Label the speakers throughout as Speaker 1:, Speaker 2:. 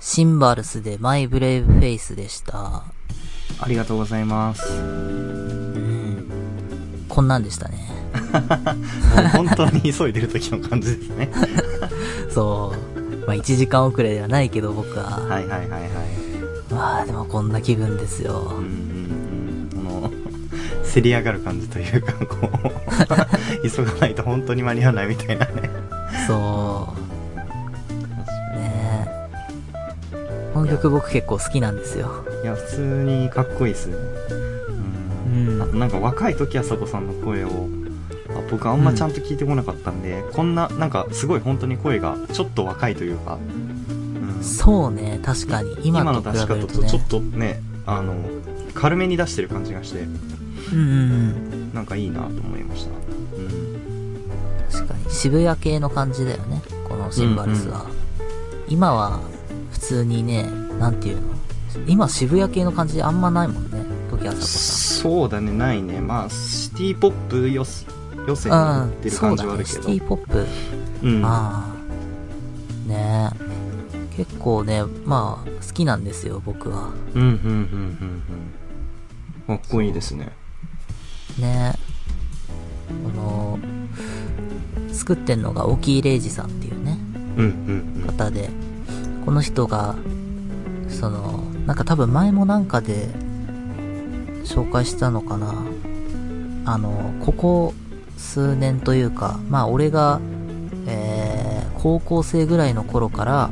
Speaker 1: シンバルスでマイブレイブフェイスでした。
Speaker 2: ありがとうございます。
Speaker 1: こんなんでしたね。
Speaker 2: もう本当に急いでる時の感じですね。
Speaker 1: そう。まあ、1時間遅れではないけど、僕は。
Speaker 2: はいはいはいはい。
Speaker 1: まあ、でもこんな気分ですよ
Speaker 2: うん。うんうん。この、せり上がる感じというか、こ う、急がないと本当に間に合わないみたいなね。
Speaker 1: そう。ねえこの曲僕結構好きなんですよ。
Speaker 2: いや、普通にかっこいいっすね。うん。
Speaker 1: うん
Speaker 2: あとなんか若い時あさこさんの声を、あ僕あんまちゃんと聞いてこなかったんで、こんな、なんかすごい本当に声がちょっと若いというか、うん
Speaker 1: そうね、確かに。今
Speaker 2: 今の
Speaker 1: と
Speaker 2: 出し
Speaker 1: 比べ
Speaker 2: 方
Speaker 1: る
Speaker 2: と
Speaker 1: と
Speaker 2: ちょ
Speaker 1: ね
Speaker 2: っ。とね、あの、軽めに出してる感じがして、
Speaker 1: うんうんうん。
Speaker 2: なんかいいなと思いました。うん。
Speaker 1: 確かに。渋谷系の感じだよね。このシンバルスは。
Speaker 2: う
Speaker 1: 今は、普通にね、なんていうの今渋谷系の感じあんまないもんね。時あさこさん。
Speaker 2: そうだね、ないね。まあ、シティポップよす予選に
Speaker 1: あ
Speaker 2: なってる感じはあるけ
Speaker 1: シ
Speaker 2: ど。
Speaker 1: ティポップ。
Speaker 2: うん。
Speaker 1: ああ。ねえ。結構ね、まあ、好きなんですよ、僕は。
Speaker 2: うん、うん、うん、うん。うんかっこいいですね。
Speaker 1: ねえ。この、作ってんのが沖井玲二さんっていうね、
Speaker 2: うん、うん、
Speaker 1: 方で、この人が、その、なんか多分前もなんかで、紹介したのかな。あの、ここ数年というか、まあ俺が、えー、高校生ぐらいの頃から、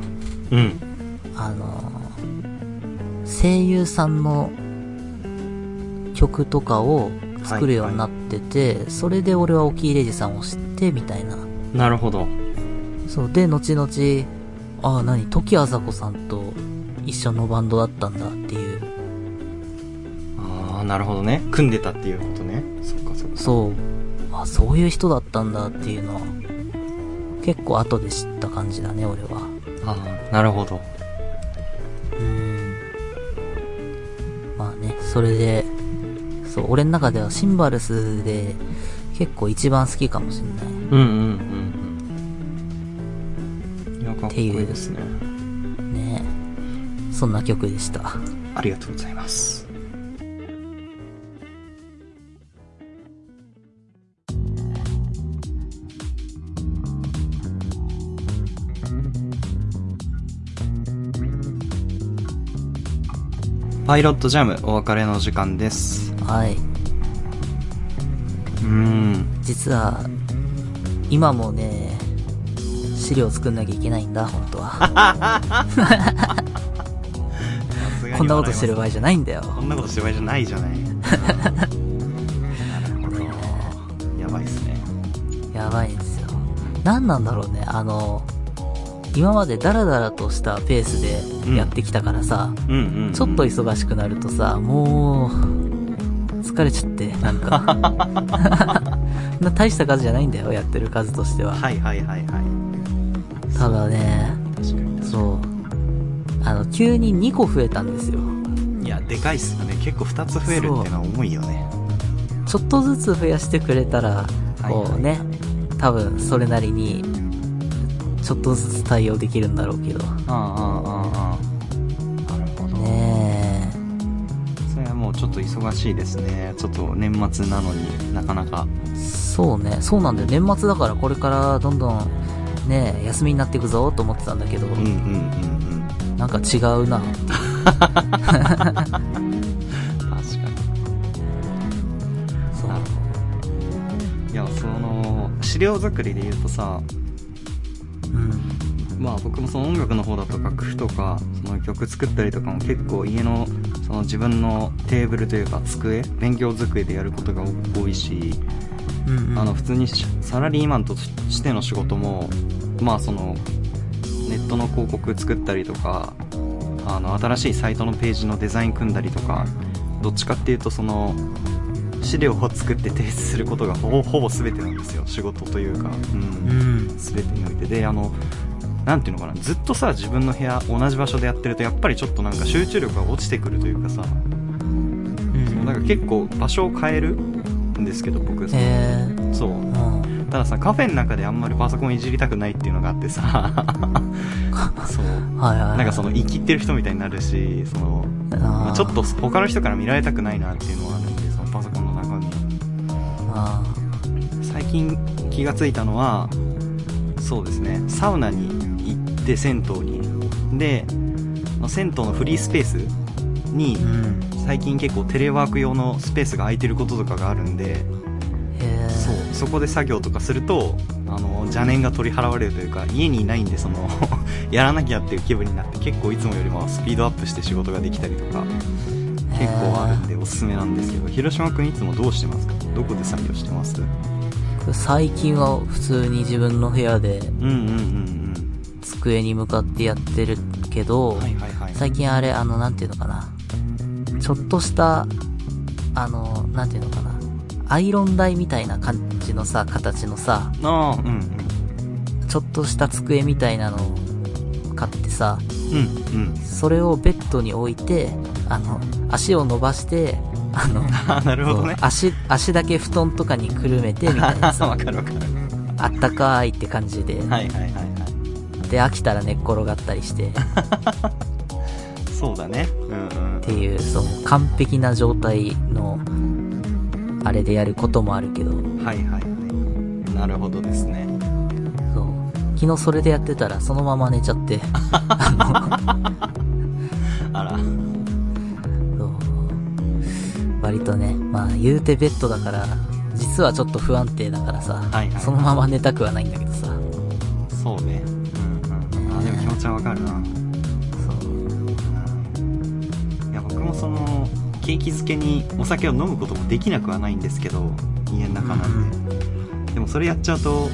Speaker 2: うん。うん。
Speaker 1: あの、声優さんの曲とかを作るようになってて、それで俺は沖井玲二さんを知って、みたいな。
Speaker 2: なるほど。
Speaker 1: そう、で、後々、ああ、何、時あさこさんと一緒のバンドだったんだっていう。
Speaker 2: ああ、なるほどね。組んでたっていうことね。そっかそっか。
Speaker 1: そう、あそういう人だったんだっていうのは、結構後で知った感じだね、俺は。
Speaker 2: ああ、なるほど。
Speaker 1: うんまあね、それで、そう、俺の中ではシンバルスで結構一番好きかもしんない。
Speaker 2: うん、うん、うん。うんいや、かっこいいですね。
Speaker 1: ねそんな曲でした。
Speaker 2: ありがとうございます。パイロットジャムお別れの時間です。
Speaker 1: はい。
Speaker 2: うーん。
Speaker 1: 実は、今もね、資料作んなきゃいけないんだ、本当は。こんなことしてる場合じゃないんだよ。
Speaker 2: こんなことしてる場合じゃないじゃ ない。なるほど。やばいっすね。
Speaker 1: やばいんですよ。何なんだろうね、あの、今までダラダラとしたペースでやってきたからさ、
Speaker 2: うんうん、うん。
Speaker 1: ちょっと忙しくなるとさ、もう、疲れちゃって、なん か。な大した数じゃないんだよ、やってる数としては。
Speaker 2: はいはいはいはい。
Speaker 1: ただね、
Speaker 2: 確かに。
Speaker 1: そう。あの、急に2個増えたんですよ。
Speaker 2: いや、でかいっすよね。結構2つ増えるってのは重いよね。
Speaker 1: ちょっとずつ増やしてくれたら、
Speaker 2: はい
Speaker 1: こうね、多分それなりに、ちょっとずつ対応できるんだろうけど。
Speaker 2: ああああああ。なるほど。
Speaker 1: ね
Speaker 2: それはもうちょっと忙しいですね。ちょっと年末なのになかなか。
Speaker 1: え、そうね、そうなんだよ。年末だからこれからどんどん、ねえ、休みになっていくぞと思ってたんだけど、
Speaker 2: うんうんうんうん。
Speaker 1: なんか違うな。
Speaker 2: 確か
Speaker 1: そう
Speaker 2: なるに。いや、その、資料作りで言うとさ、
Speaker 1: うん。
Speaker 2: まあ僕もその音楽の方だと楽譜とかその曲作ったりとかも結構家のその自分のテーブルというか机勉強机でやることが多いし、
Speaker 1: うんうん、
Speaker 2: あの普通にしサラリーマンとしての仕事もまあそのネットの広告作ったりとかあの新しいサイトのページのデザイン組んだりとかどっちかっていうとその資料を作って提出することがほぼほぼ全てなんですよ仕事というか。うん
Speaker 1: うん。
Speaker 2: 全てにおいてであのなんていうのかなずっとさ自分の部屋同じ場所でやってるとやっぱりちょっとなんか集中力が落ちてくるというかさ
Speaker 1: うん。
Speaker 2: なんか結構場所を変えるんですけど僕
Speaker 1: えー、
Speaker 2: そう
Speaker 1: うん。
Speaker 2: たださカフェの中であんまりパソコンいじりたくないっていうのがあっ てさそう
Speaker 1: はいはいはい
Speaker 2: なんかその生きってる人みたいになるしその、まあ、ちょっと他の人から見られたくないなっていうのはあるんでそのパソコンの中に
Speaker 1: あ
Speaker 2: 最近気がついたのはそうですねサウナに行って銭湯にでまあ銭湯のフリースペースに
Speaker 1: ーうん
Speaker 2: 最近結構テレワーク用のスペースが空いてることとかがあるんで
Speaker 1: へえ
Speaker 2: そうそこで作業とかするとあの邪念が取り払われるというか家にいないんでその やらなきゃっていう気分になって結構いつもよりもスピードアップして仕事ができたりとか結構あるんでおすすめなんですけど広島くんいつもどうしてますかどこで作業してますう
Speaker 1: 最近は普通に自分の部屋で
Speaker 2: んうんうん
Speaker 1: 机に向かってやってるけど、
Speaker 2: うんはいはいはい
Speaker 1: 最近あれ、あの、なんていうのかな。ちょっとした、あの、なんていうのかな。アイロン台みたいな感じのさ、形のさ、
Speaker 2: ああうんうん
Speaker 1: ちょっとした机みたいなのを買ってさ、
Speaker 2: うん うん
Speaker 1: それをベッドに置いて、あの、足を伸ばして、あの、
Speaker 2: ああなるほど
Speaker 1: そう
Speaker 2: ね
Speaker 1: 足、足だけ布団とかにくるめて、みた いな
Speaker 2: あ
Speaker 1: さ、
Speaker 2: わかるわかる
Speaker 1: あったかーいって感じで、
Speaker 2: はいはいはいは
Speaker 1: で、飽きたら寝っ転がったりして、っ
Speaker 2: いそうだねうんうん
Speaker 1: ていう、そう、完璧な状態の、あれでやることもあるけど、
Speaker 2: はいはいはいなるほどですね
Speaker 1: そう。昨日それでやってたら、そのまま寝ちゃって。
Speaker 2: あら
Speaker 1: そう割とね、まあ言うてベッドだから、実はちょっと不安定だからさ、
Speaker 2: はいはい
Speaker 1: そのまま寝たくはないんだけどさ。
Speaker 2: そうねうんうんあでも気持ちはわかるな
Speaker 1: そう。
Speaker 2: いや僕もその景気づけにお酒を飲むこともできなくはないんですけど家の中なんで、でもそれやっちゃうと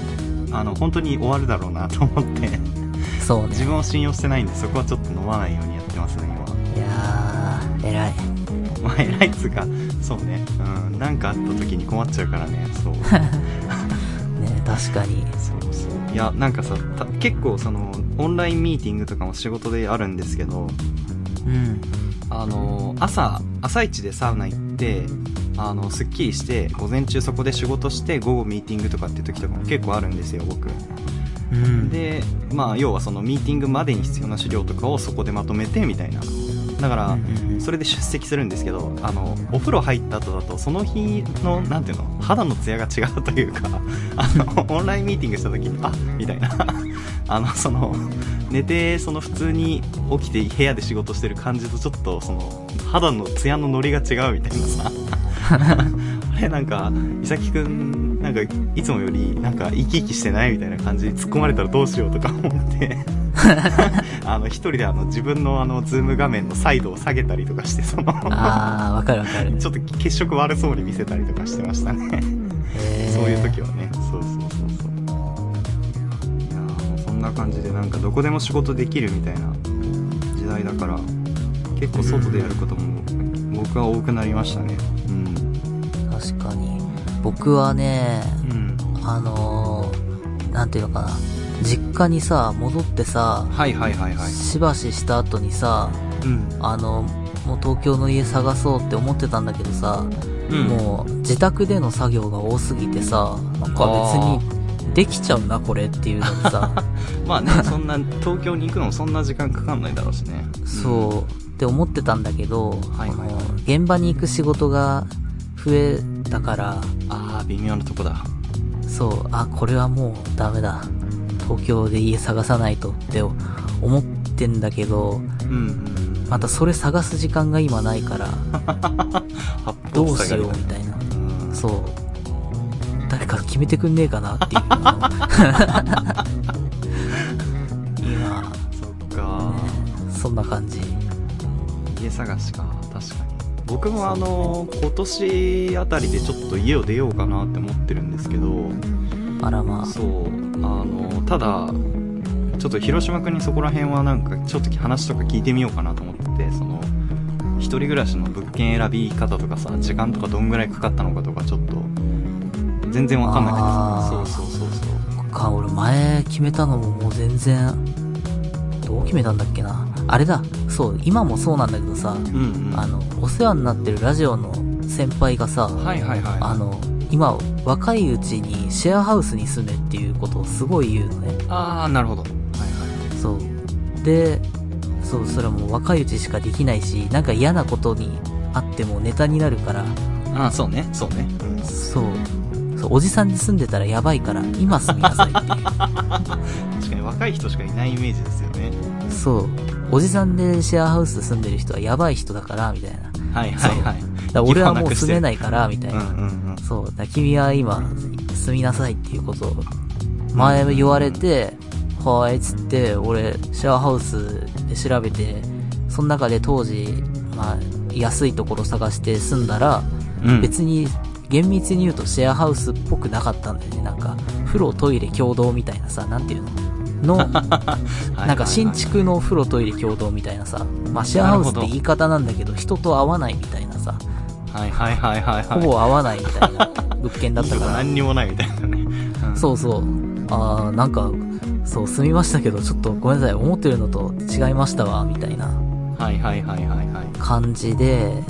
Speaker 2: あの本当に終わるだろうなと思って
Speaker 1: そうね。
Speaker 2: 自分を信用してないんでそこはちょっと飲まないようにやってますね今
Speaker 1: いやー、偉い。
Speaker 2: まあ偉いっつうかそうねうんなんかあった時に困っちゃうからねそう
Speaker 1: ね、確かに。
Speaker 2: そうそういやなんかさた結構そのオンラインミーティングとかも仕事であるんですけど
Speaker 1: うん。
Speaker 2: あの朝朝一でサウナ行ってあのすっきりして午前中そこで仕事して午後ミーティングとかって時とかも結構あるんですよ僕
Speaker 1: うん。
Speaker 2: でまあ要はそのミーティングまでに必要な資料とかをそこでまとめてみたいなだか
Speaker 1: う
Speaker 2: ら
Speaker 1: んうんうん
Speaker 2: それで出席するんですけどあのお風呂入った後だとその日のなんていうの肌のツヤが違うというか あのオンラインミーティングした時にあみたいな あのその寝てその普通に起きて部屋で仕事してる感じとちょっとその肌のツヤのノリが違うみたいなさ あれなんか伊崎くんなんかいつもよりなんか生き生きしてないみたいな感じに突っ込まれたらどうしようとか 思って。あの一人であの自分のあのズーム画面のサイドを下げたりとかしてその
Speaker 1: あー、わかるわか る。
Speaker 2: ちょっと血色悪そうに見せたりとかしてましたね、
Speaker 1: へー
Speaker 2: そういう時はねそうそうそうそういやーもうそんな感じでなんかどこでも仕事できるみたいな時代だから結構外でやることも僕は多くなりましたねうん
Speaker 1: 確かに。僕はね、
Speaker 2: うん
Speaker 1: あのー、なんていうのかな。実家にさ、戻ってさ、
Speaker 2: はいはいはいはい
Speaker 1: しばしした後にさ、
Speaker 2: うん
Speaker 1: あの、もう東京の家探そうって思ってたんだけどさ、
Speaker 2: うん
Speaker 1: もう自宅での作業が多すぎてさ、なんか
Speaker 2: あ
Speaker 1: 別にできちゃうな、これっていうのでさ、
Speaker 2: まあねそんな東京に行くのもそんな時間かかんないだろうしね
Speaker 1: そうって思ってたんだけど、
Speaker 2: はいはい
Speaker 1: あの現場に行く仕事が増えたから、
Speaker 2: ああ微妙なとこだ
Speaker 1: そう、あ、これはもうダメだ。東京で家探さないとって思ってんだけど、
Speaker 2: うんうん
Speaker 1: またそれ探す時間が今ない から、どうしようみたいな。
Speaker 2: うん
Speaker 1: そう。誰か決めてくんねえかなっていうのを。今、
Speaker 2: そっか
Speaker 1: そんな感じ。
Speaker 2: 家探しか確かに僕もあの今年あたりでちょっと家を出ようかなって思ってるんですけど
Speaker 1: あらま
Speaker 2: そうあのただちょっと広島君にそこら辺はなんかちょっと話とか聞いてみようかなと思っててその一人暮らしの物件選び方とかさ時間とかどんぐらいかかったのかとかちょっと全然わかんなくて
Speaker 1: あ
Speaker 2: さそ
Speaker 1: ー
Speaker 2: うそうそうそう
Speaker 1: あ。か、俺前決めたのももう全然、どう決めたんだっけな。あれだ、そう、今もそうなんだけどさ、
Speaker 2: うんうん
Speaker 1: あの、お世話になってるラジオの先輩がさ、
Speaker 2: はいはいはい
Speaker 1: あの、今、若いうちにシェアハウスに住めっていうことをすごい言うのね。
Speaker 2: ああなるほどはい
Speaker 1: そう。で、そう、それはもう若いうちしかできないし、なんか嫌なことにあってもネタになるから、
Speaker 2: はいああそうねそうね
Speaker 1: そう。そう、おじさんに住んでたらやばいから、今住みなさいっていう。
Speaker 2: 確かに若い人しかいないイメージですよね
Speaker 1: そう。おじさんでシェアハウス住んでる人はやばい人だから、みたいな。だか
Speaker 2: はいはいはい
Speaker 1: ら俺はもう住めないから、みたいうな。
Speaker 2: んうんうん
Speaker 1: そう。だから君は今、住みなさいっていうことを、前言われて、はーいっつって、俺、シェアハウスで調べて、その中で当時、まあ、安いところ探して住んだら、
Speaker 2: うん
Speaker 1: 別に、厳密に言うとシェアハウスっぽくなかったんだよね。なんか、風呂、トイレ、共同みたいなさ、なんていうのの、なんか新築の風呂、トイレ、共同みたいなさ、まあシェアハウスって言い方なんだけど、人と会わないみたいなさ、
Speaker 2: はいはいはいはいは
Speaker 1: ほ
Speaker 2: い
Speaker 1: ぼ会わないみたいな物件だったから、
Speaker 2: 何にもないみたいなね、うん
Speaker 1: そうそう。あー、なんか、そう、住みましたけど、ちょっとごめんなさい、思ってるのと違いましたわ、みたいな
Speaker 2: はいはいはいはいはい
Speaker 1: 感じで、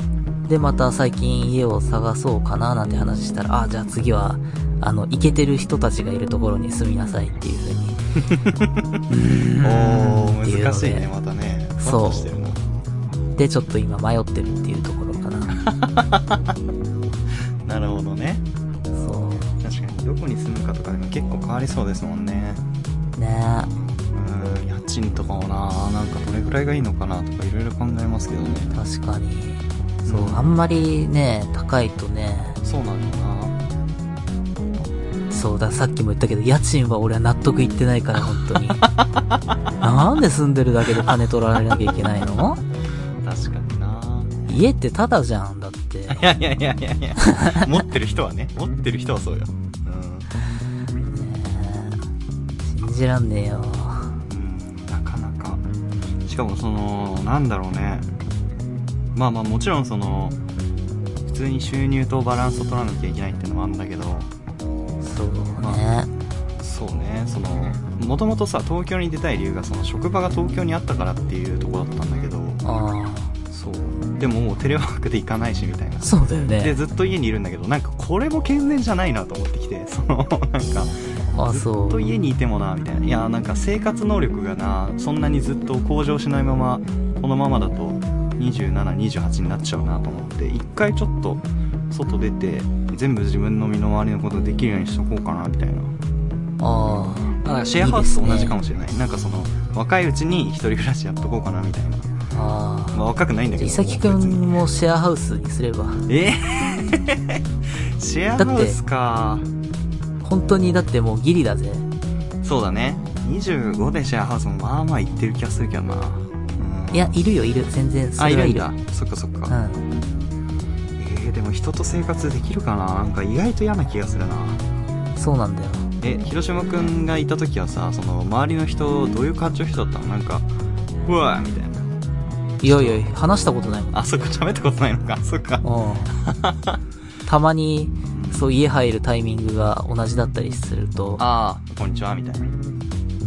Speaker 1: で、また最近家を探そうかな、なんて話したら、あー、じゃあ次は、あの、行けてる人たちがいるところに住みなさいっていう風に。
Speaker 2: お
Speaker 1: っていうの
Speaker 2: ー
Speaker 1: で
Speaker 2: 難しいねまたね
Speaker 1: そう
Speaker 2: ふわっとしてるな
Speaker 1: で、ちょっと今迷ってるっていうところかな。
Speaker 2: なるほどね
Speaker 1: そ
Speaker 2: 確かにどこに住むかとかでも結構変わりそうですもんね
Speaker 1: う。ね
Speaker 2: うん家賃とかもななんかどれぐらいがいいのかなとかいろいろ考えますけどね
Speaker 1: え、確かに。そうう、
Speaker 2: ん
Speaker 1: あんまりね、高いとね、
Speaker 2: そうなんだよな
Speaker 1: そうだ、さっきも言ったけど、家賃は俺は納得いってないから、本 当に。なんで住んでるだけで金取られなきゃいけないの
Speaker 2: 確かにな
Speaker 1: 家ってタダじゃん、だって。
Speaker 2: いやいやいやいや いや持ってる人はね持ってる人はそうよ
Speaker 1: 信じらんねえよ。
Speaker 2: うん、うん、なかなかしかもそのなんだろうねまあまあもちろんその普通に収入とバランスを取らなきゃいけないっていうのもあるんだけど
Speaker 1: そう
Speaker 2: ま
Speaker 1: ね。
Speaker 2: そうねそのもともとさ東京に出たい理由がその職場が東京にあったからっていうとこだったんだけど
Speaker 1: あ
Speaker 2: そうでももうテレワークで行かないしみたいな
Speaker 1: あ、そうだよ
Speaker 2: で
Speaker 1: ね。
Speaker 2: ずっと家にいるんだけどなんかこれも健全じゃないなと思ってきてそのなんか
Speaker 1: あ
Speaker 2: ずっ
Speaker 1: そう。
Speaker 2: と家にいてもなみたいないやなんか生活能力がなそんなにずっと向上しないままこのままだと2728になっちゃうなと思って一回ちょっと外出て全部自分の身の回りのことできるようにしとこうかなみたいな
Speaker 1: あ
Speaker 2: あシェアハウスと
Speaker 1: いいですね
Speaker 2: 同じかもしれないなんかその若いうちに一人暮らしやっとこうかなみたい
Speaker 1: あ、
Speaker 2: な、
Speaker 1: ああ。
Speaker 2: まあ、若くないんだ
Speaker 1: じ
Speaker 2: け
Speaker 1: ゃあ、
Speaker 2: ど
Speaker 1: いさきく
Speaker 2: 別に
Speaker 1: んもシェアハウスにすれば。
Speaker 2: え ーシェアハウスか
Speaker 1: 本当にだってもうギリだぜ。
Speaker 2: そうだね25でシェアハウスもまあまあ行ってる気がするけどな、うん
Speaker 1: いや、いるよ、いる。全然、そ
Speaker 2: あ
Speaker 1: れ
Speaker 2: い
Speaker 1: は
Speaker 2: る
Speaker 1: い
Speaker 2: ん
Speaker 1: る。
Speaker 2: だそっかそっか、
Speaker 1: うん。
Speaker 2: えー、でも人と生活できるかななんか意外と嫌な気がするな
Speaker 1: そうなんだよ。
Speaker 2: え広島くんがいた時はさその周りの人どういう感じの人だったのなんかうわーみたいない
Speaker 1: やいや、話したことないもん。
Speaker 2: あそこ喋ったことないのかそっか
Speaker 1: うん。たまに、そう家入るタイミングが同じだったりすると、
Speaker 2: ああこんにちはみたいな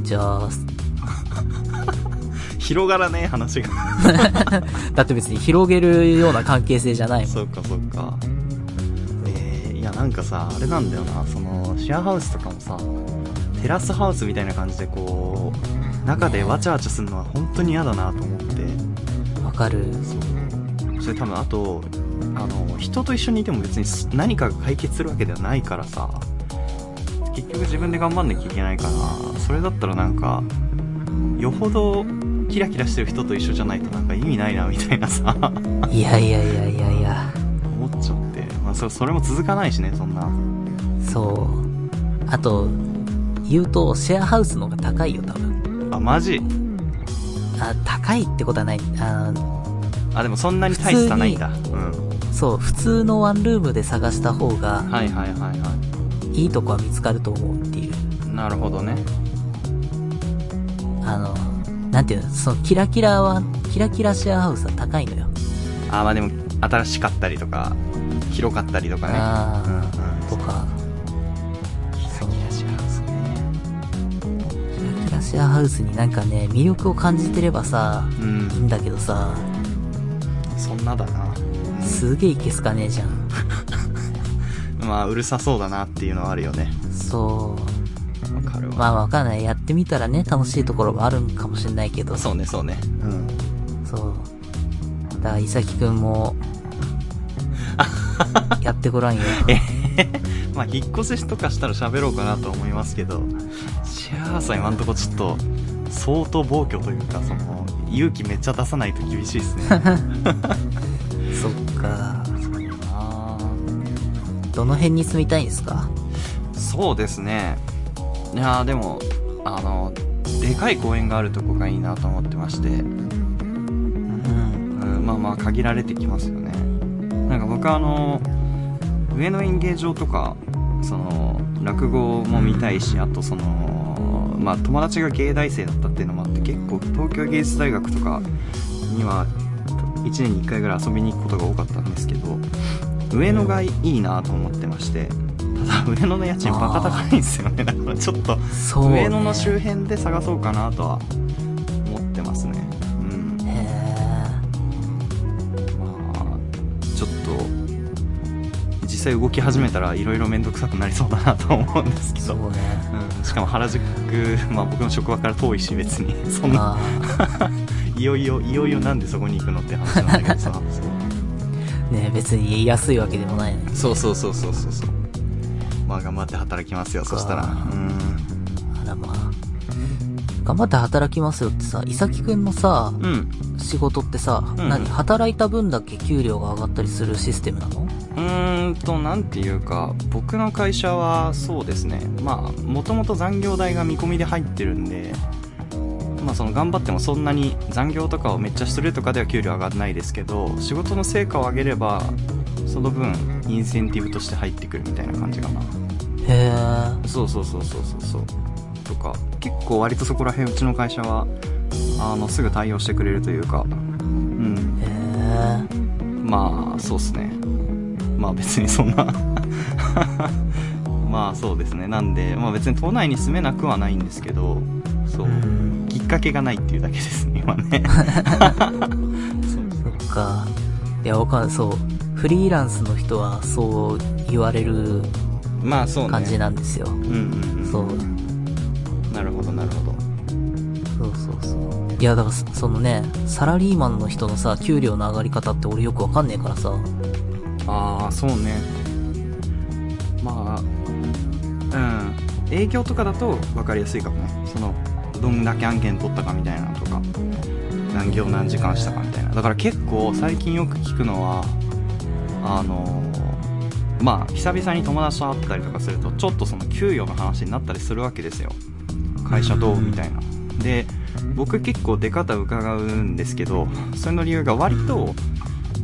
Speaker 1: じゃあ、
Speaker 2: 広がらねえ話が
Speaker 1: だって別に広げるような関係性じゃないもん。
Speaker 2: そっかそっかえー、いやなんかさあれなんだよなそのシェアハウスとかもさテラスハウスみたいな感じでこう中でわちゃわちゃするのは本当に嫌だなと思って
Speaker 1: わかる。
Speaker 2: そうそれ多分あとあの人と一緒にいても別にす何かが解決するわけではないからさ結局自分で頑張んなきゃいけないからそれだったらなんかよほどキラキラしてる人と一緒じゃないとなんか意味ないなみたいなさ
Speaker 1: いやいやいやいやいや、
Speaker 2: 思っちゃって、まあ、そそれも続かないしねそんな
Speaker 1: そう。あと、言うと、シェアハウスの方が高いよ、多分。
Speaker 2: あマジ
Speaker 1: あ、高いってことはない。あ
Speaker 2: あでもそんなに大差ないんだうん
Speaker 1: そう、普通のワンルームで探した方が、
Speaker 2: はいはいはいはい
Speaker 1: いとこは見つかると思うっていう。
Speaker 2: いなるほどね
Speaker 1: あの、なんていうの、そのキラキラは、キラキラシェアハウスは高いのよ。
Speaker 2: あまあでも新しかったりとか広かったりとかね
Speaker 1: あ
Speaker 2: う
Speaker 1: ー
Speaker 2: んうん
Speaker 1: とか、そう
Speaker 2: キラシェアハウスね
Speaker 1: キラキラシェアハウスになんかね、魅力を感じてればさ、
Speaker 2: う
Speaker 1: いい
Speaker 2: ん
Speaker 1: んだけどさ、
Speaker 2: そんなだな
Speaker 1: すげえいけすかねえじゃん。
Speaker 2: うまあうるさそうだなっていうのはあるよね
Speaker 1: そ
Speaker 2: わかる
Speaker 1: う。
Speaker 2: わ、
Speaker 1: まあわかんない。やってみたらね、楽しいところもあるんかもしれないけど。
Speaker 2: そうねそうねうん
Speaker 1: そう。だから、いさきくん も、やってごらんよ。
Speaker 2: えまあ引っ越しとかしたら喋ろうかなと思いますけどシェアさん今んとこちょっと相当暴挙というかその勇気めっちゃ出さないと厳しいですね
Speaker 1: そっか。
Speaker 2: あ
Speaker 1: どの辺に住みたいんですか
Speaker 2: ーそうですねいやーでもあのでかい公園があるとこがいいなと思ってまして、うん、
Speaker 1: うん。
Speaker 2: まあまあ限られてきますよねなんか僕はあの上野演芸場とかその落語も見たいしあとそのまあ友達が芸大生だったっていうのもあって結構東京芸術大学とかには1年に1回ぐらい遊びに行くことが多かったんですけど上野がいいなと思ってましてただ上野の家賃バカ高いんですよね だからちょっと
Speaker 1: そう、ね。
Speaker 2: 上野の周辺で探そうかなとは思ってますねうん
Speaker 1: へえ。
Speaker 2: まあちょっと実際動き始めたらいろいろ面倒くさくなりそうだなと思うんですけ
Speaker 1: そ
Speaker 2: ど、
Speaker 1: うね。
Speaker 2: うん、しかも原宿、まあ、僕の職場から遠いし別にそんな
Speaker 1: ま あ、
Speaker 2: いよいよいよいよなんでそこに行くのって話なんだけど さ
Speaker 1: ね、別に言いやすいわけでもないのに。
Speaker 2: そうそうそうそうそうそうまあ頑張って働きますよそしたらう
Speaker 1: そっか
Speaker 2: ん
Speaker 1: あらまあ。頑張って働きますよってさ、いさきくんのさ、
Speaker 2: うん
Speaker 1: 仕事ってさ、
Speaker 2: うん
Speaker 1: 何働いた分だけ給料が上がったりするシステムなの
Speaker 2: うーんとなんていうか僕の会社はそうですねまあもともと残業代が見込みで入ってるんでまあその頑張ってもそんなに残業とかをめっちゃするとかでは給料上がらないですけど仕事の成果を上げればその分インセンティブとして入ってくるみたいな感じかな
Speaker 1: へえ。
Speaker 2: そうそうそうそうそうそうとか結構割とそこら辺うちの会社はあのすぐ対応してくれるというかうん
Speaker 1: へえ。
Speaker 2: まあそうっすねまあ別にそんな まあそうですねなんで、まあ、別に都内に住めなくはないんですけどそう
Speaker 1: うん。
Speaker 2: きっかけがないっていうだけですね今ね
Speaker 1: そっか。いや、わかんない。そう。フリーランスの人はそう言われる
Speaker 2: まあそうね
Speaker 1: 感じなんですよ。
Speaker 2: うんうんうん
Speaker 1: そう。
Speaker 2: なるほどなるほど
Speaker 1: そうそうそう。いや、だからそ、そのね、サラリーマンの人のさ、給料の上がり方って俺よくわかんねえからさ。
Speaker 2: ああそうねまあうん営業とかだと分かりやすいかもねそのどんだけ案件取ったかみたいなのとか何行何時間したかみたいなだから結構最近よく聞くのはあのまあ久々に友達と会ったりとかするとちょっとその給与の話になったりするわけですよ会社どうみたいなで僕結構出方伺うんですけどそれの理由が割と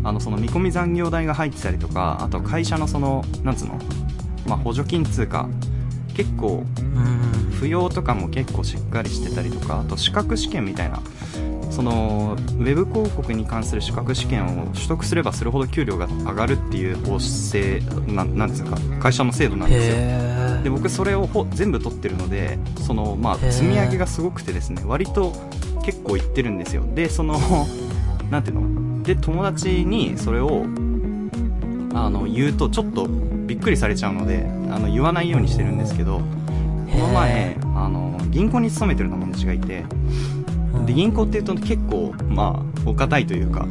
Speaker 2: あのその見込み残業代が入ってたりとかあと会社のそのなんつうの、まあ、補助金通貨結構
Speaker 1: うん。
Speaker 2: 扶養とかも結構しっかりしてたりとかあと資格試験みたいなそのウェブ広告に関する資格試験を取得すればするほど給料が上がるっていう方制なんなんつうか会社の制度なんですよ
Speaker 1: へ
Speaker 2: で僕それをほ全部取ってるのでそのまあ
Speaker 1: へー
Speaker 2: 積み上げがすごくてですね割と結構いってるんですよでその なんていうので友達にそれをあの言うとちょっとびっくりされちゃうのであの言わないようにしてるんですけどこの前あの銀行に勤めてる友達がいてで銀行っていうと結構まあお堅いというか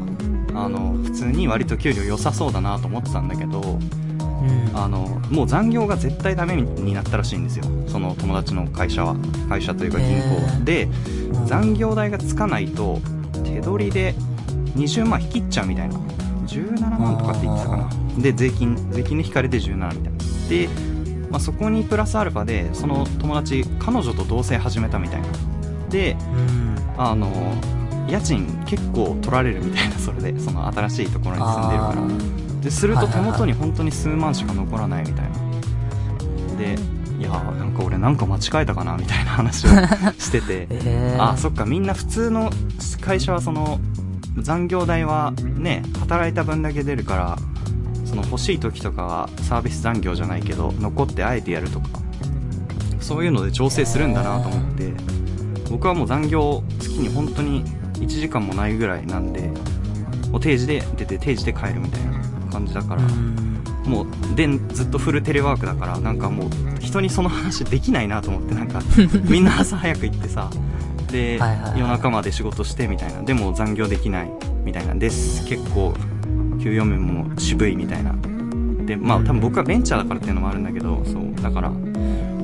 Speaker 2: あの普通に割と給料良さそうだなと思ってたんだけど
Speaker 1: うん。
Speaker 2: あのもう残業が絶対ダメになったらしいんですよその友達の会社は会社というか銀行は
Speaker 1: へー
Speaker 2: で
Speaker 1: うん
Speaker 2: 残業代がつかないと手取りで20万引きっちゃうみたいな17万とかって言ってたかな
Speaker 1: あ
Speaker 2: で税金税金で引かれて17みたいなで、まあ、そこにプラスアルファでその友達彼女と同棲始めたみたいなで
Speaker 1: うん。
Speaker 2: あの家賃結構取られるみたいなそれでその新しいところに住んでるから
Speaker 1: あー
Speaker 2: ですると
Speaker 1: はいは
Speaker 2: 手
Speaker 1: いはい
Speaker 2: 元に本当に数万しか残らないみたいなでいやーなんか俺なんか間違えたかなみたいな話をしてて
Speaker 1: えー、
Speaker 2: あーそっかみんな普通の会社はその残業代はね働いた分だけ出るからその欲しい時とかはサービス残業じゃないけど残ってあえてやるとかそういうので調整するんだなと思って僕はもう残業月に本当に1時間もないぐらいなんでもう定時で出て定時で帰るみたいな感じだから
Speaker 1: うん。
Speaker 2: もうでずっとフルテレワークだからなんかもう人にその話できないなと思ってなん かみんな朝早く行ってさで、
Speaker 1: はいはいはい
Speaker 2: 夜中まで仕事してみたいなでも残業できないみたいなんです結構給与面も渋いみたいなでまあ多分僕はベンチャーだからっていうのもあるんだけどそうだから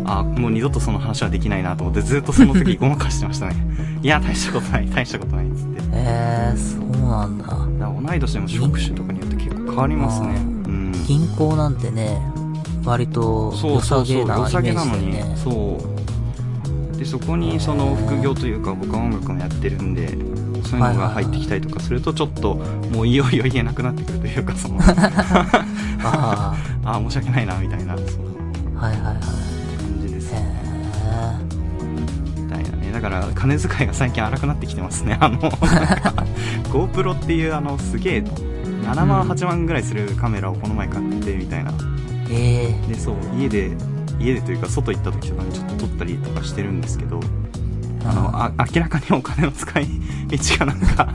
Speaker 2: あもう二度とその話はできないなと思ってずっとその時ごまかしてましたね いや大したことない大したことないっつってだか
Speaker 1: えー、そうなんだ。
Speaker 2: ら同い年でも職種とかによって結構変わりますねうん
Speaker 1: 銀行なんてね、割と
Speaker 2: そ
Speaker 1: 良
Speaker 2: うそ
Speaker 1: さ
Speaker 2: うそ
Speaker 1: げ
Speaker 2: う
Speaker 1: なイメ
Speaker 2: 良さげなの
Speaker 1: ージ
Speaker 2: に
Speaker 1: でね。
Speaker 2: そうでそこにその副業というか僕は音楽もやってるんでそういうのが入ってきたりとかするとちょっともういよいよ言えなくなってくるというか その
Speaker 1: あ
Speaker 2: ああ申し訳ないなみたいなそう
Speaker 1: あ、はいはいはい。
Speaker 2: 感じです
Speaker 1: へ
Speaker 2: ね
Speaker 1: え
Speaker 2: みたいなねだから金遣いが最近荒くなってきてますねあのなんか GoPro っていうあのすげえ7万8万ぐらいするカメラをこの前買ってみたいな
Speaker 1: え
Speaker 2: でそう家で家でというか外行った時とかにちょっと撮ったりとかしてるんですけど
Speaker 1: ー、
Speaker 2: あのあ明らかにお金の使い道がなん か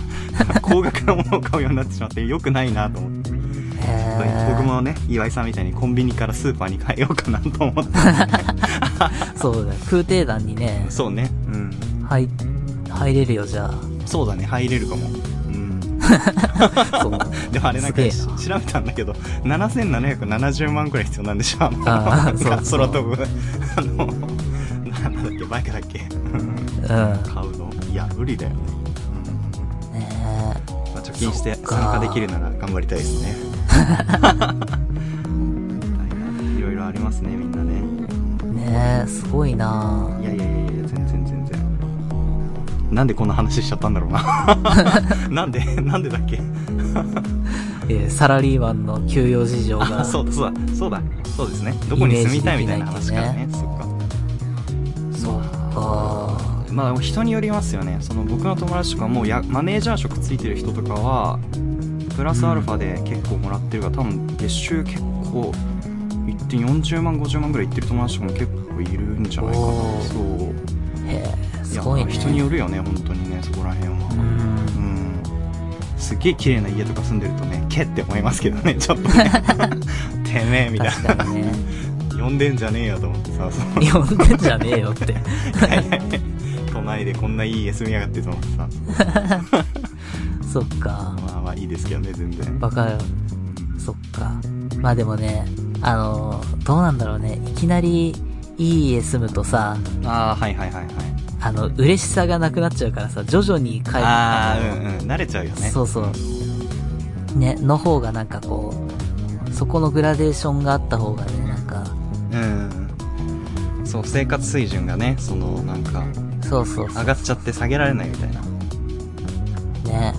Speaker 2: 高額なものを買うようになってしまって良くないなと思って、
Speaker 1: へえ
Speaker 2: 僕もね岩井さんみたいにコンビニからスーパーに変えようかなと 思って
Speaker 1: そうだよ空挺団にね
Speaker 2: そうねうん
Speaker 1: 入入れるよじゃ
Speaker 2: そうだね入れるかもうん
Speaker 1: あそう
Speaker 2: でもあれなんか
Speaker 1: すげえ
Speaker 2: し調べたんだけど7770万くらい必要なんでしょあの
Speaker 1: あ
Speaker 2: な
Speaker 1: ー
Speaker 2: んか
Speaker 1: そう
Speaker 2: 空飛ぶあのなんだっけバイクだっけうん
Speaker 1: うん
Speaker 2: 買うのいや無理だよね、
Speaker 1: ねえ
Speaker 2: うんまあ、貯金して
Speaker 1: そっか
Speaker 2: 参加できるなら頑張りたいです ねいろいろありますねみんなね
Speaker 1: ねえすごいない
Speaker 2: やいやいやいや全然全然なんでこんな話しちゃったんだろうな なんでなんでだっけ
Speaker 1: えーサラリーマンの休養事情が
Speaker 2: あそうだそうだそうだそうですねどこに住みたいみたいな話からね
Speaker 1: イメー
Speaker 2: そっか
Speaker 1: そっか
Speaker 2: まあ人によりますよねその僕の友達とかもうやマネージャー職ついてる人とかはプラスアルファで結構もらってるから多分月収結構いって40万50万ぐらいいってる友達とかも結構いるんじゃないかな
Speaker 1: おー
Speaker 2: そう
Speaker 1: へえ
Speaker 2: い
Speaker 1: す
Speaker 2: や
Speaker 1: ごいね
Speaker 2: 人によるよね本当にねそこら辺
Speaker 1: う
Speaker 2: はうんんすっげえ綺麗な家とか住んでるとねけって思いますけどねちょっ とねてめえみたい
Speaker 1: 確
Speaker 2: な
Speaker 1: かにね
Speaker 2: 呼んでんじゃねえよと思ってさその
Speaker 1: 呼んでんじゃねえよって
Speaker 2: 都内でこんないい家住みやがってと思ってさ
Speaker 1: そっか
Speaker 2: まあまあいいですけどね全然
Speaker 1: バカよそっかまあでもねあのどうなんだろうねいきなりいい家住むとさ
Speaker 2: ああはいはいはいはい
Speaker 1: あの、嬉しさがなくなっちゃうからさ、徐々に帰る。
Speaker 2: ああうんうん慣れちゃうよね
Speaker 1: そうそう。ね、の方がなんかこう、そこのグラデーションがあった方がね、なんか、
Speaker 2: うんそう生活水準がねそのなんか
Speaker 1: そうそうそ
Speaker 2: 上がっちゃって下げられないみたいな
Speaker 1: う。ね、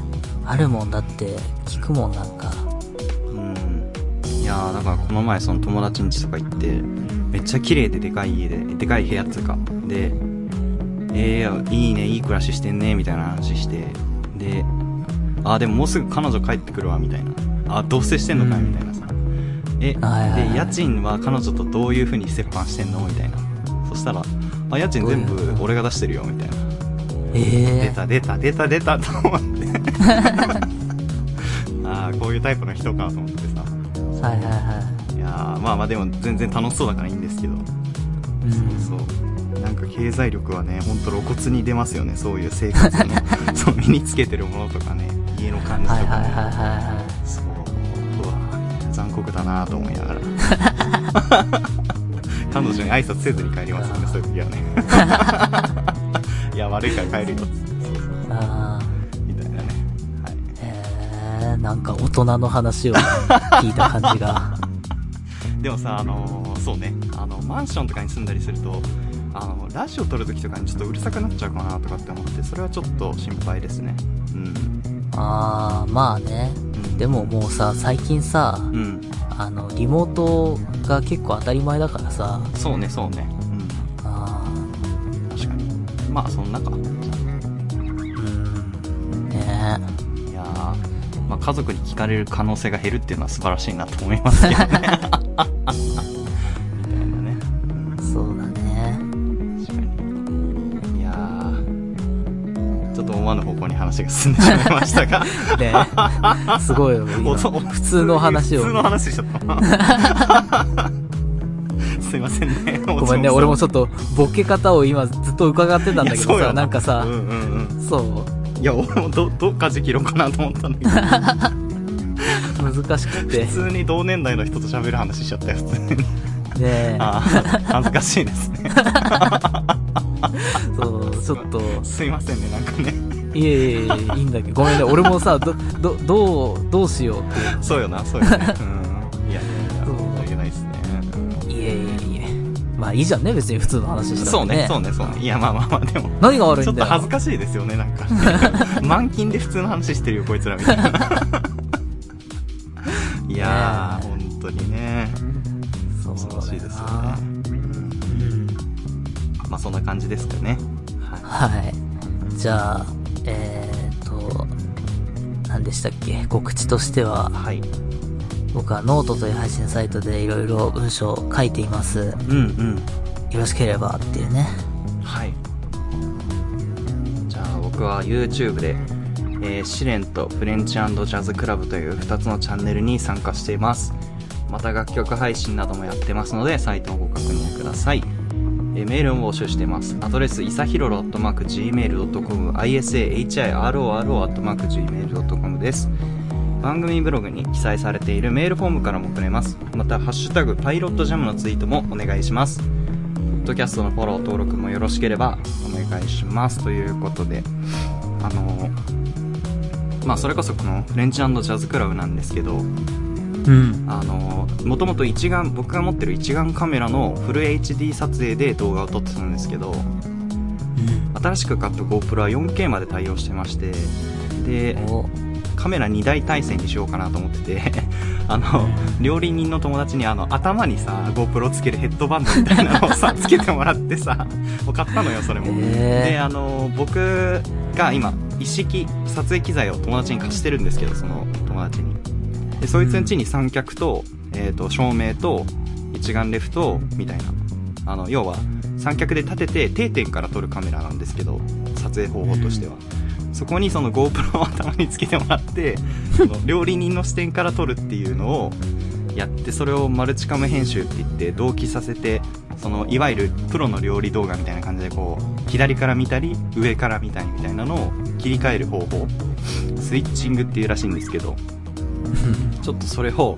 Speaker 1: あるもんだって、聞くもんなんか。
Speaker 2: うんいやーだからこの前その友達ん家とか行ってめっちゃ綺麗ででかい家ででかい部屋っつうかでえー、いいねいい暮らししてんねみたいな話してであーでももうすぐ彼女帰ってくるわみたいなあー同棲してんのかいみたいなさえ
Speaker 1: はいはいはい
Speaker 2: で家賃は彼女とどういう風に折半してんのみたいなそしたらあ家賃全部俺が出してるよみたいな出
Speaker 1: ええ
Speaker 2: た出た出た出たと思って ああこういうタイプの人かと思ってさ
Speaker 1: はいはいはい
Speaker 2: やーまあまあでも全然楽しそうだからいいんですけど、
Speaker 1: い。うん。
Speaker 2: そうそうなんか経済力はねほんと露骨に出ますよねそういう生 活のそう身につけてるものとかね家の感じと
Speaker 1: はいはい
Speaker 2: か
Speaker 1: はい
Speaker 2: ね、
Speaker 1: はいは
Speaker 2: そううわ残酷だなと思いな がら彼女に挨拶せずに帰りますよねそういう時はね いや悪いから帰るよそうそう
Speaker 1: い。ああ。
Speaker 2: みたいなねはい
Speaker 1: ええなんか大人の話 を聞いた感じが。
Speaker 2: でもさあのーそうねあのマンションとかに住んだりするとあのラジオ撮るときとかにちょっとうるさくなっちゃうかなとかって思ってそれはちょっと心配ですねうん
Speaker 1: ああ、まあね。
Speaker 2: うん
Speaker 1: でももうさ、最近さ、
Speaker 2: うん
Speaker 1: あの、リモートが結構当たり前だからさ、
Speaker 2: そうねそうね
Speaker 1: あ
Speaker 2: うん確かにまあそんなか
Speaker 1: ーうん、ね
Speaker 2: いやーまあ、家族に聞かれる可能性が減るっていうのは素晴らしいなと思います けどねみたいなね
Speaker 1: え、そうだね。
Speaker 2: 確かにいやーちょょっと思わぬ方向に話が進んでしまいましたが
Speaker 1: ね すごいよ 今
Speaker 2: おそ
Speaker 1: 普通の話を
Speaker 2: 普通の話しちゃった すいませんね
Speaker 1: ごめんね俺もちょっとボケ方を今ずっと伺ってたんだけどさなんかさ、
Speaker 2: うんうんうん、
Speaker 1: そう
Speaker 2: いや俺も どどっかじ切ろうかなと思ったんだけど
Speaker 1: 難しくて
Speaker 2: 普通に同年代の人と喋る話しちゃったよ普通に
Speaker 1: ね
Speaker 2: あー恥ずかしいです ね
Speaker 1: そうちょっと
Speaker 2: すいませんねなんかね
Speaker 1: いえいえいえいいんだけどごめんね俺もさどどどうどうしようっていう
Speaker 2: そうよなそうよ ねうんいやいやいや
Speaker 1: そう
Speaker 2: 申し訳ないですね
Speaker 1: いえいえいえまあいいじゃんね別に普通の話した
Speaker 2: そう
Speaker 1: ら
Speaker 2: ね
Speaker 1: ね
Speaker 2: そうねそうねいやまあまあまあでも
Speaker 1: 何が悪
Speaker 2: ち
Speaker 1: い
Speaker 2: ょ
Speaker 1: ん
Speaker 2: っ
Speaker 1: だ
Speaker 2: と
Speaker 1: よ
Speaker 2: 恥ずかしいですよねなん か満勤で普通の話してるよこいつらみたい ないやー本当にね
Speaker 1: そうだよ
Speaker 2: 恐ろ
Speaker 1: な
Speaker 2: しいですよねまあそんな感じですかねはい
Speaker 1: はいじゃあえー、と何でしたっけ告知としては
Speaker 2: はい
Speaker 1: 僕はノートという配信サイトでいろいろ文章を書いています
Speaker 2: うんうん
Speaker 1: よろしければっていうね
Speaker 2: はいじゃあ僕は YouTube で、えー試練とフレンチジャズクラブという2つのチャンネルに参加していますまた楽曲配信などもやってますのでサイトをご確認ください、えーメールも募集していますアドレスいさひろろ .gmail.com isahiroro.gmail.com です番組ブログに記載されているメールフォームからも送れますまた「ハッシュタグパイロットジャム」のツイートもお願いしますポッドキャストのフォロー登録もよろしければお願いしますということであのまあそれこそこのフレンチジャズクラブなんですけど
Speaker 1: うん
Speaker 2: あのもともと一眼僕が持ってる一眼カメラのフル HD 撮影で動画を撮ってたんですけど新しく買った GoPro は 4K まで対応してましてで
Speaker 1: うん お
Speaker 2: カメラ2台体制にしようかなと思って てあの料理人の友達にあの頭にさ GoPro つけるヘッドバンドみたいなのをさつけてもらってさ もう買ったのよそれも、
Speaker 1: へー
Speaker 2: であの僕が今一式撮影機材を友達に貸してるんですけどその友達にでそいつん家に三脚と,、えー、と照明と一眼レフとみたいなあの要は三脚で立てて定点から撮るカメラなんですけど撮影方法としては、そこにその GoPro を頭につけてもらってその料理人の視点から撮るっていうのをやってそれをマルチカム編集って言って同期させてそのいわゆるプロの料理動画みたいな感じでこう左から見たり上から見たりみたいなのを切り替える方法スイッチングっていうらしいんですけどちょっとそれを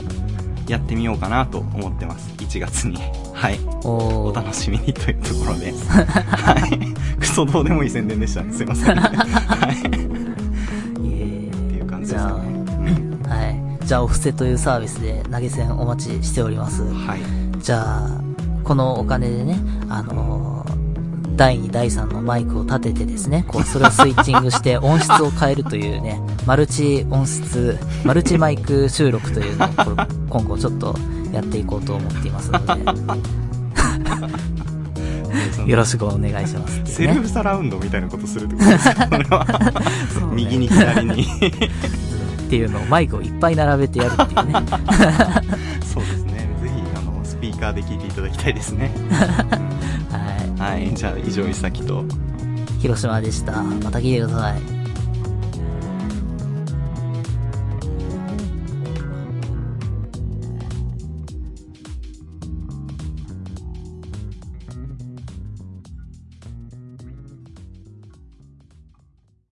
Speaker 2: やってみようかなと思ってます1月にはい
Speaker 1: お
Speaker 2: お楽しみにというところです、はい、クソどうでもいい宣伝でしたねすいません、はい、
Speaker 1: い
Speaker 2: っていう感じですかね、うん
Speaker 1: えはいじゃあお布施というサービスで投げ銭お待ちしております
Speaker 2: はい
Speaker 1: じゃあこのお金でねあのー第2第3のマイクを立ててですねこうそれをスイッチングして 音質を変えるというねマルチ音質マルチマイク収録というのをこれ今後ちょっとやっていこうと思っていますのでよろしくお願いしますって
Speaker 2: セ
Speaker 1: いう
Speaker 2: ル
Speaker 1: ね
Speaker 2: フサラウンドみたいなことするってことですかこれは
Speaker 1: そうね
Speaker 2: 右に左に
Speaker 1: っていうのをマイクをいっぱい並べてやるっていうね
Speaker 2: そうですねぜひあのスピーカーで聞いていただきたいですね
Speaker 1: は
Speaker 2: はいじゃあ以上いさきと
Speaker 1: い広島でしたまた聞いてください